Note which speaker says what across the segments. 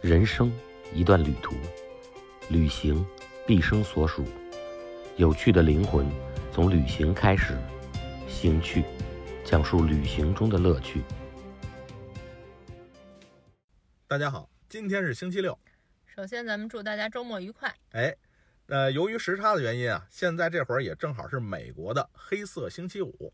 Speaker 1: 人生一段旅途，旅行毕生所属。有趣的灵魂从旅行开始，行趣讲述旅行中的乐趣。
Speaker 2: 大家好，今天是星期六，
Speaker 3: 首先，咱们祝大家周末愉快。
Speaker 2: 哎，呃，由于时差的原因啊，现在这会儿也正好是美国的黑色星期五。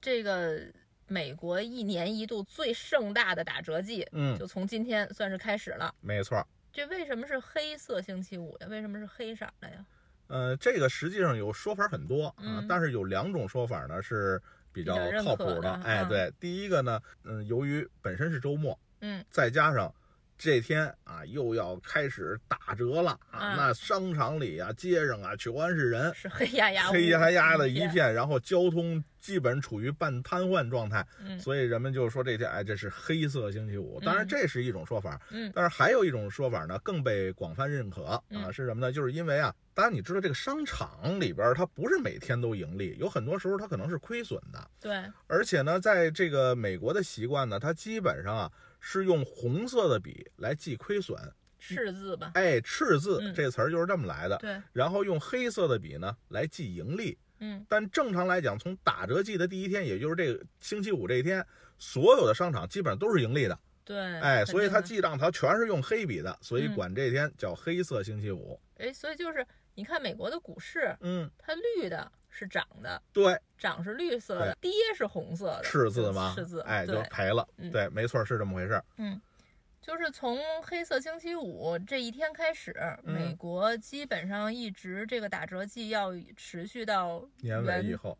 Speaker 3: 这个美国一年一度最盛大的打折季，
Speaker 2: 嗯
Speaker 3: 就从今天算是开始了。
Speaker 2: 没错，
Speaker 3: 这为什么是黑色星期五呀？为什么是黑色的呀？
Speaker 2: 呃，这个实际上有说法很多啊，
Speaker 3: 嗯
Speaker 2: 但是有两种说法呢是比较
Speaker 3: 比较认
Speaker 2: 靠
Speaker 3: 可
Speaker 2: 谱
Speaker 3: 的
Speaker 2: 哎，
Speaker 3: 嗯
Speaker 2: 对，第一个呢，嗯，由于本身是周末，
Speaker 3: 嗯，
Speaker 2: 再加上这天啊又要开始打折了啊，
Speaker 3: 啊
Speaker 2: 那商场里啊、街上啊，全是人，
Speaker 3: 是黑压压、 啊
Speaker 2: 黑压压的
Speaker 3: 一
Speaker 2: 一。片，然后交通基本处于半瘫痪状态，
Speaker 3: 嗯
Speaker 2: 所以人们就说这天哎，这是黑色星期五。当然，
Speaker 3: 嗯
Speaker 2: 这是一种说法，
Speaker 3: 嗯
Speaker 2: 但是还有一种说法呢，更被广泛认可啊，
Speaker 3: 嗯
Speaker 2: 是什么呢？就是因为啊，当然你知道这个商场里边儿它不是每天都盈利，有很多时候它可能是亏损的，
Speaker 3: 对，
Speaker 2: 而且呢，在这个美国的习惯呢，它基本上啊是用红色的笔来记亏损，
Speaker 3: 赤字吧。
Speaker 2: 哎，赤字
Speaker 3: 嗯
Speaker 2: 这词儿就是这么来的。
Speaker 3: 对，
Speaker 2: 然后用黑色的笔呢来记盈利，
Speaker 3: 嗯
Speaker 2: 但正常来讲，从打折季的第一天，也就是这个星期五这一天，所有的商场基本上都是盈利的，
Speaker 3: 对。
Speaker 2: 哎，
Speaker 3: 肯
Speaker 2: 所以
Speaker 3: 定
Speaker 2: 它
Speaker 3: 的
Speaker 2: 记账它全是用黑笔的，所以
Speaker 3: 嗯
Speaker 2: 管这天叫黑色星期五。
Speaker 3: 哎，所以就是你看美国的股市，
Speaker 2: 嗯，
Speaker 3: 它绿的是涨的，
Speaker 2: 对，
Speaker 3: 涨是绿色的，跌是红色的，
Speaker 2: 赤字嘛，
Speaker 3: 赤字。
Speaker 2: 哎，就
Speaker 3: 对，
Speaker 2: 赔了，
Speaker 3: 嗯
Speaker 2: 对，没错，是这么回事儿。
Speaker 3: 就是从黑色星期五这一天开始，
Speaker 2: 嗯
Speaker 3: 美国基本上一直这个打折季要持续到
Speaker 2: 年尾以后，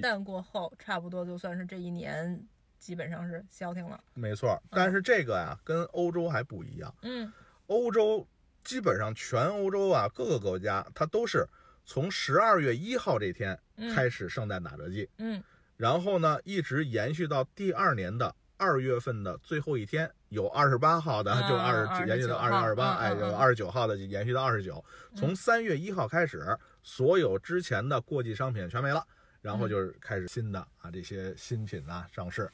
Speaker 2: 对，
Speaker 3: 旦过后，差不多就算是这一年基本上是消停了。
Speaker 2: 没错。但是这个呀、跟欧洲还不一样，
Speaker 3: 嗯
Speaker 2: 欧洲基本上全欧洲啊，各个国家它都是从十二月一号这天
Speaker 3: 嗯
Speaker 2: 开始圣诞打折季。
Speaker 3: 嗯，
Speaker 2: 然后呢，一直延续到第二年的二月份的最后一天，有二十八号的
Speaker 3: 啊
Speaker 2: 就二
Speaker 3: 29
Speaker 2: 十延续到二十二八，
Speaker 3: 号
Speaker 2: 哎，
Speaker 3: 嗯嗯
Speaker 2: 有
Speaker 3: 嗯
Speaker 2: 二十九号的就延续到二十九。从三月一号开始，所有之前的过季商品全没了，然后就是开始新的啊这些新品啊上市。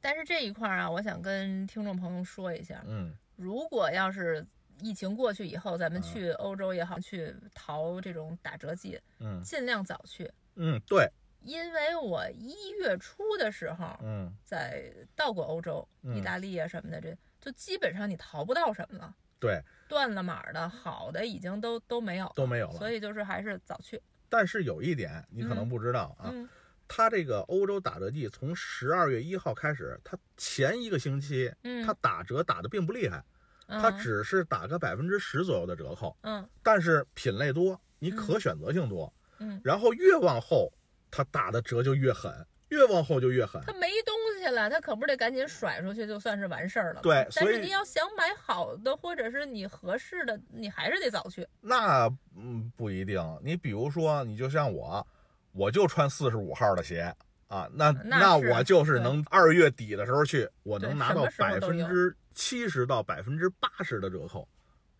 Speaker 3: 但是这一块儿啊，我想跟听众朋友说一下，
Speaker 2: 嗯
Speaker 3: 如果要是疫情过去以后，咱们去欧洲也好，去淘这种打折季，
Speaker 2: 嗯
Speaker 3: 尽量早去，
Speaker 2: 嗯，对，
Speaker 3: 因为我一月初的时候，
Speaker 2: 嗯
Speaker 3: 在到过欧洲、
Speaker 2: 嗯
Speaker 3: 意大利啊什么的，这就基本上你淘不到什么了，
Speaker 2: 对，
Speaker 3: 断了码儿的好的已经都都没有了，
Speaker 2: 都没有
Speaker 3: 所
Speaker 2: 了。
Speaker 3: 以就是还是早去。
Speaker 2: 但是有一点你可能
Speaker 3: 嗯
Speaker 2: 不知道啊，
Speaker 3: 嗯
Speaker 2: 它这个欧洲打折季从十二月一号开始，它前一个星期
Speaker 3: 嗯，
Speaker 2: 它打折打的并不厉害。它只是打个百分之十左右的折扣，
Speaker 3: 嗯
Speaker 2: 但是品类多，你可选择性多，
Speaker 3: 嗯，
Speaker 2: 然后越往后它打的折就越狠，越往后就越狠
Speaker 3: 他。没东西了，他可不是得赶紧甩出去，就算是完事儿了。
Speaker 2: 对所
Speaker 3: 但是
Speaker 2: 以
Speaker 3: 你要想买好的，或者是你合适的，你还是得早去。
Speaker 2: 那嗯不一定，你比如说，你就像我，我就穿四十五号的鞋啊，那
Speaker 3: 嗯那是
Speaker 2: 我就是
Speaker 3: 对
Speaker 2: 能二月底的时候去，我
Speaker 3: 对
Speaker 2: 能拿
Speaker 3: 什
Speaker 2: 到
Speaker 3: 么时
Speaker 2: 百
Speaker 3: 候都
Speaker 2: 分
Speaker 3: 有啊
Speaker 2: 之七十到百分之八十的折扣，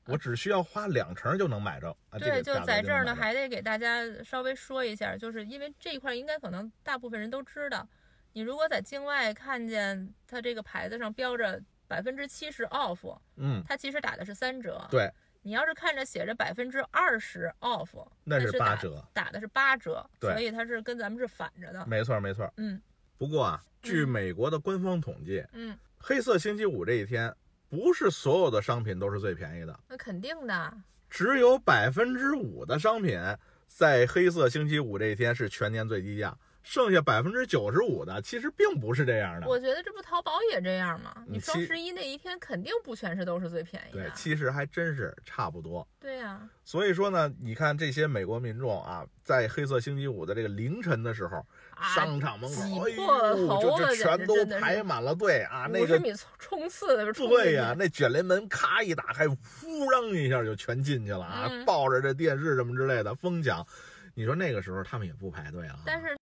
Speaker 2: 我只需要花两成就能买着啊。这
Speaker 3: 对，
Speaker 2: 个
Speaker 3: 就
Speaker 2: 价格
Speaker 3: 在
Speaker 2: 就
Speaker 3: 这儿
Speaker 2: 能买着
Speaker 3: 呢，还得给大家稍微说一下，就是因为这一块儿应该可能大部分人都知道，你如果在境外看见它这个牌子上标着百分之七十 off，
Speaker 2: 嗯，
Speaker 3: 它其实打的是三折。，
Speaker 2: 对，
Speaker 3: 你要是看着写着百分之二十 off，
Speaker 2: 那
Speaker 3: 它
Speaker 2: 是
Speaker 3: 是
Speaker 2: 八
Speaker 3: 打
Speaker 2: 折，
Speaker 3: 打的是八折，
Speaker 2: 对
Speaker 3: 所以它是跟咱们是反着的。
Speaker 2: 没错没错。
Speaker 3: 嗯
Speaker 2: 不过啊，据
Speaker 3: 嗯
Speaker 2: 美国的官方统计，
Speaker 3: 嗯，
Speaker 2: 黑色星期五这一天，不是所有的商品都是最便宜的，
Speaker 3: 那肯定的。
Speaker 2: 只有百分之五的商品在黑色星期五这一天是全年最低价，剩下百分之九十五的其实并不是这样的。
Speaker 3: 我觉得这不淘宝也这样吗？
Speaker 2: 嗯
Speaker 3: 你双
Speaker 2: 其
Speaker 3: 十一那一天肯定不全是都是最便宜
Speaker 2: 对
Speaker 3: 的，。
Speaker 2: 其实还真是差不多。
Speaker 3: 对呀、
Speaker 2: 所以说呢，你看这些美国民众啊，在黑色星期五的这个凌晨的时候，
Speaker 3: 啊，
Speaker 2: 商场门口，哎
Speaker 3: 挤破了
Speaker 2: 呦，
Speaker 3: 喉
Speaker 2: 就
Speaker 3: 了
Speaker 2: 就全
Speaker 3: 简直
Speaker 2: 都
Speaker 3: 真的是
Speaker 2: 排满了队啊，那
Speaker 3: 五
Speaker 2: 个
Speaker 3: 十米冲刺的冲进去
Speaker 2: 对呀、那卷帘门咔一打开，呼让一下就全进去了啊！
Speaker 3: 嗯
Speaker 2: 抱着这电视什么之类的，疯抢。你说那个时候他们也不排队啊？
Speaker 3: 但是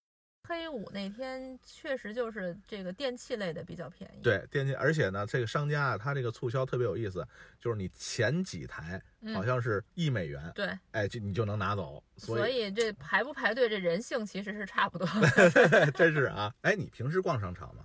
Speaker 3: 黑五那天确实就是这个电器类的比较便宜。，
Speaker 2: 对电器，而且呢，这个商家啊，他这个促销特别有意思，就是你前几台
Speaker 3: 嗯
Speaker 2: 好像是一美元，
Speaker 3: 对，
Speaker 2: 哎，就你就能拿走。所
Speaker 3: 所
Speaker 2: 以
Speaker 3: 以这排不排队，这人性其实是差不多的。
Speaker 2: 真是啊，哎，你平时逛商场吗？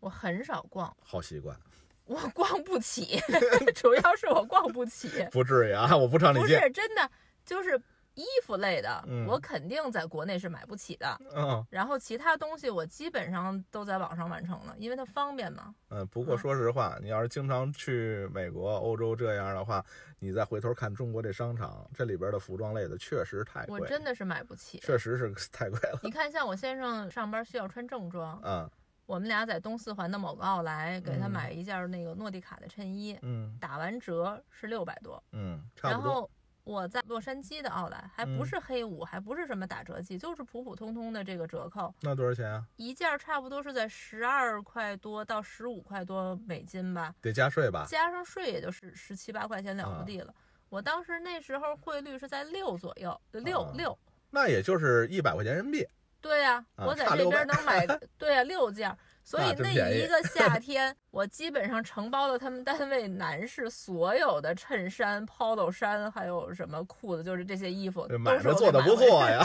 Speaker 3: 我很少逛，
Speaker 2: 好习惯，
Speaker 3: 我逛不起， 主要是我逛不 起，
Speaker 2: 不至于啊，我不唱你
Speaker 3: 不
Speaker 2: 借，
Speaker 3: 是真的，就是衣服类的，
Speaker 2: 嗯
Speaker 3: 我肯定在国内是买不起的。
Speaker 2: 嗯
Speaker 3: 然后其他东西我基本上都在网上完成了，因为它方便嘛。
Speaker 2: 嗯。不过说实话，你要是经常去美国、欧洲这样的话，你再回头看中国这商场，这里边的服装类的确实太
Speaker 3: 我
Speaker 2: 贵，
Speaker 3: 真的是买不起。
Speaker 2: 确实是 太贵了。
Speaker 3: 你看，像我先生上班需要穿正装，
Speaker 2: 嗯
Speaker 3: 我们俩在东四环的某个奥莱给他
Speaker 2: 嗯
Speaker 3: 买一件那个诺蒂卡的衬衣，
Speaker 2: 嗯
Speaker 3: 打完折是六百多。
Speaker 2: 嗯，差
Speaker 3: 然
Speaker 2: 不多。
Speaker 3: 后我在洛杉矶的奥莱，还
Speaker 2: 嗯
Speaker 3: 不是黑五，还不是什么打折季，就是普普通通的这个折扣，
Speaker 2: 那多少钱啊？
Speaker 3: 一件儿差不多是在十二块多到十五块多美金吧，
Speaker 2: 得加税吧？
Speaker 3: 加上税也就是十七八块钱
Speaker 2: 啊
Speaker 3: 了不地了。我当时那时候汇率是在六左右，六
Speaker 2: 啊
Speaker 3: 六。
Speaker 2: 那也就是一百块钱人民币。
Speaker 3: 对呀、
Speaker 2: 啊
Speaker 3: 我在
Speaker 2: 差
Speaker 3: 这
Speaker 2: 六
Speaker 3: 边
Speaker 2: 百
Speaker 3: 能买，对呀、六件儿。所
Speaker 2: 那
Speaker 3: 以
Speaker 2: 真
Speaker 3: 那
Speaker 2: 便宜
Speaker 3: 一 个夏天，我基本上承包了他们单位男士所有的衬衫、polo 衫，还有什么裤子，就是这些衣服，
Speaker 2: 这
Speaker 3: 呃都
Speaker 2: 买
Speaker 3: 是
Speaker 2: 卖
Speaker 3: 我
Speaker 2: 做
Speaker 3: 给
Speaker 2: 的
Speaker 3: 买
Speaker 2: 不
Speaker 3: 回
Speaker 2: 错
Speaker 3: 来
Speaker 2: 呀，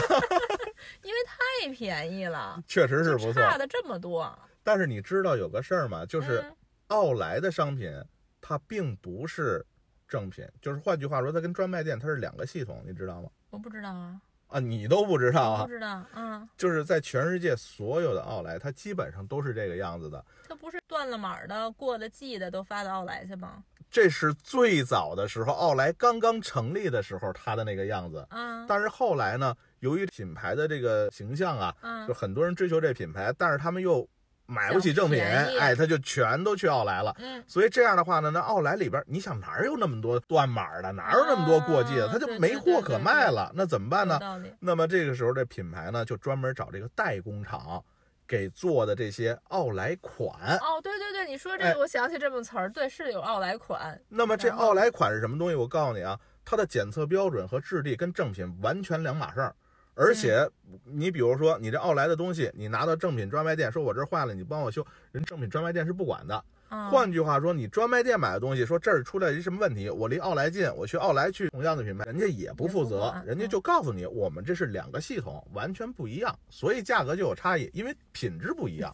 Speaker 3: 因为太便宜 了，
Speaker 2: 确实 是
Speaker 3: 就
Speaker 2: 不错。
Speaker 3: 差的这么多，
Speaker 2: 但是你知道有个事儿吗？就是
Speaker 3: 嗯
Speaker 2: 奥莱的商品，它并不是正品，就是换句话说，它跟专卖店它是两个系统，你知道吗？
Speaker 3: 我不知道啊，
Speaker 2: 啊，你都不知道
Speaker 3: 不
Speaker 2: 啊？
Speaker 3: 知道，嗯，
Speaker 2: 就是在全世界所有的奥莱，它基本上都是这个样子的。
Speaker 3: 它不是断了码儿的、过了季的都发到奥莱去吗？
Speaker 2: 这是最早的时候，奥莱刚刚成立的时候它的那个样子。
Speaker 3: 啊
Speaker 2: 但是后来呢，由于品牌的这个形象啊，
Speaker 3: 啊
Speaker 2: 就，很多人追求这品牌，但是他们又买不起正品，
Speaker 3: 想便宜
Speaker 2: 哎，他就全都去奥莱了。
Speaker 3: 嗯，
Speaker 2: 所以这样的话呢，那奥莱里边，你想哪儿有那么多断码的，哪儿有那么多过季的，
Speaker 3: 啊
Speaker 2: 他就
Speaker 3: 对
Speaker 2: 没
Speaker 3: 对
Speaker 2: 货
Speaker 3: 对
Speaker 2: 可
Speaker 3: 对
Speaker 2: 卖
Speaker 3: 对
Speaker 2: 了，那怎么办
Speaker 3: 有
Speaker 2: 呢？
Speaker 3: 道理，
Speaker 2: 那么这个时候，这品牌呢就专门找这个代工厂给做的这些奥莱款。
Speaker 3: 哦，对对对，你说这
Speaker 2: 哎
Speaker 3: 个，我想起这么词儿，对，是有奥莱款，
Speaker 2: 那么这
Speaker 3: 然后
Speaker 2: 奥莱款是啊什么东西？我告诉你啊，它的检测标准和质地跟正品完全两码事儿。而且，你比如说，你这奥莱的东西，你拿到正品专卖店，说我这儿坏了，你帮我修，人正品专卖店是不管的。
Speaker 3: 啊
Speaker 2: 换句话说，你专卖店买的东西，说这儿出来一什么问题，我离奥莱近，我去奥莱去同样的品牌，人家也不负
Speaker 3: 也不
Speaker 2: 责
Speaker 3: 管，
Speaker 2: 人家就告诉你，我们这是两个系统，完全不一样，所以价格就有差异，因为品质不一样。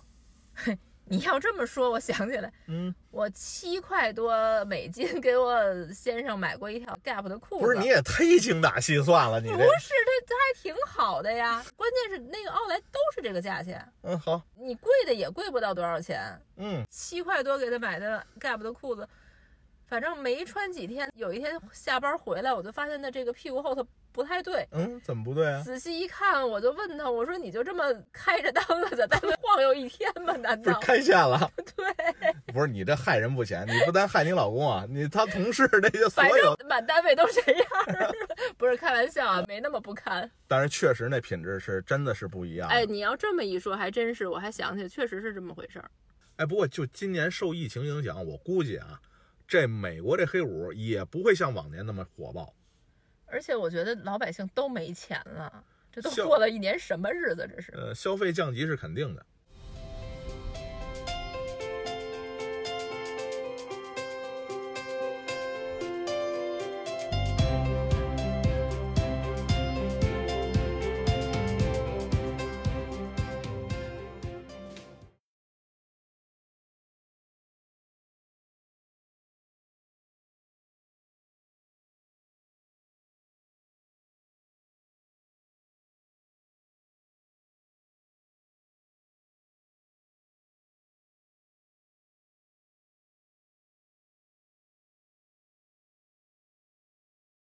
Speaker 3: 你要这么说，我想起来，
Speaker 2: 嗯，
Speaker 3: 我七块多美金给我先生买过一条 Gap 的裤子。
Speaker 2: 不是，你也忒精打细算了，你
Speaker 3: 不
Speaker 2: 这，
Speaker 3: 是，它它还挺好的呀。关键是那个奥莱都是这个价钱，
Speaker 2: 嗯，好，
Speaker 3: 你贵的也贵不到多少钱，
Speaker 2: 嗯，
Speaker 3: 七块多给他买的 Gap 的裤子，反正没穿几天，有一天下班回来，我就发现他这个屁股后头不太对。
Speaker 2: 嗯，怎么不对啊？
Speaker 3: 仔细一看，我就问他，我说你就这么开着裆子在单位晃悠一天吗？难
Speaker 2: 不是
Speaker 3: 道？
Speaker 2: 开线了，
Speaker 3: 对，
Speaker 2: 不是你这害人不浅，你不单害你老公啊，你他同事那些所
Speaker 3: 反
Speaker 2: 有
Speaker 3: 正，满单位都这样儿，不是开玩笑啊，没那么不堪。
Speaker 2: 但是确实那品质是真的是不一样。
Speaker 3: 哎，，你要这么一说，还真是，我还想起，确实是这么回事儿。
Speaker 2: 哎，不过就今年受疫情影响，我估计啊，这美国这黑五也不会像往年那么火爆。
Speaker 3: 而且我觉得老百姓都没钱了，这都
Speaker 2: 像
Speaker 3: 过了一年什么日子？这是
Speaker 2: 呃，消费降级是肯定的。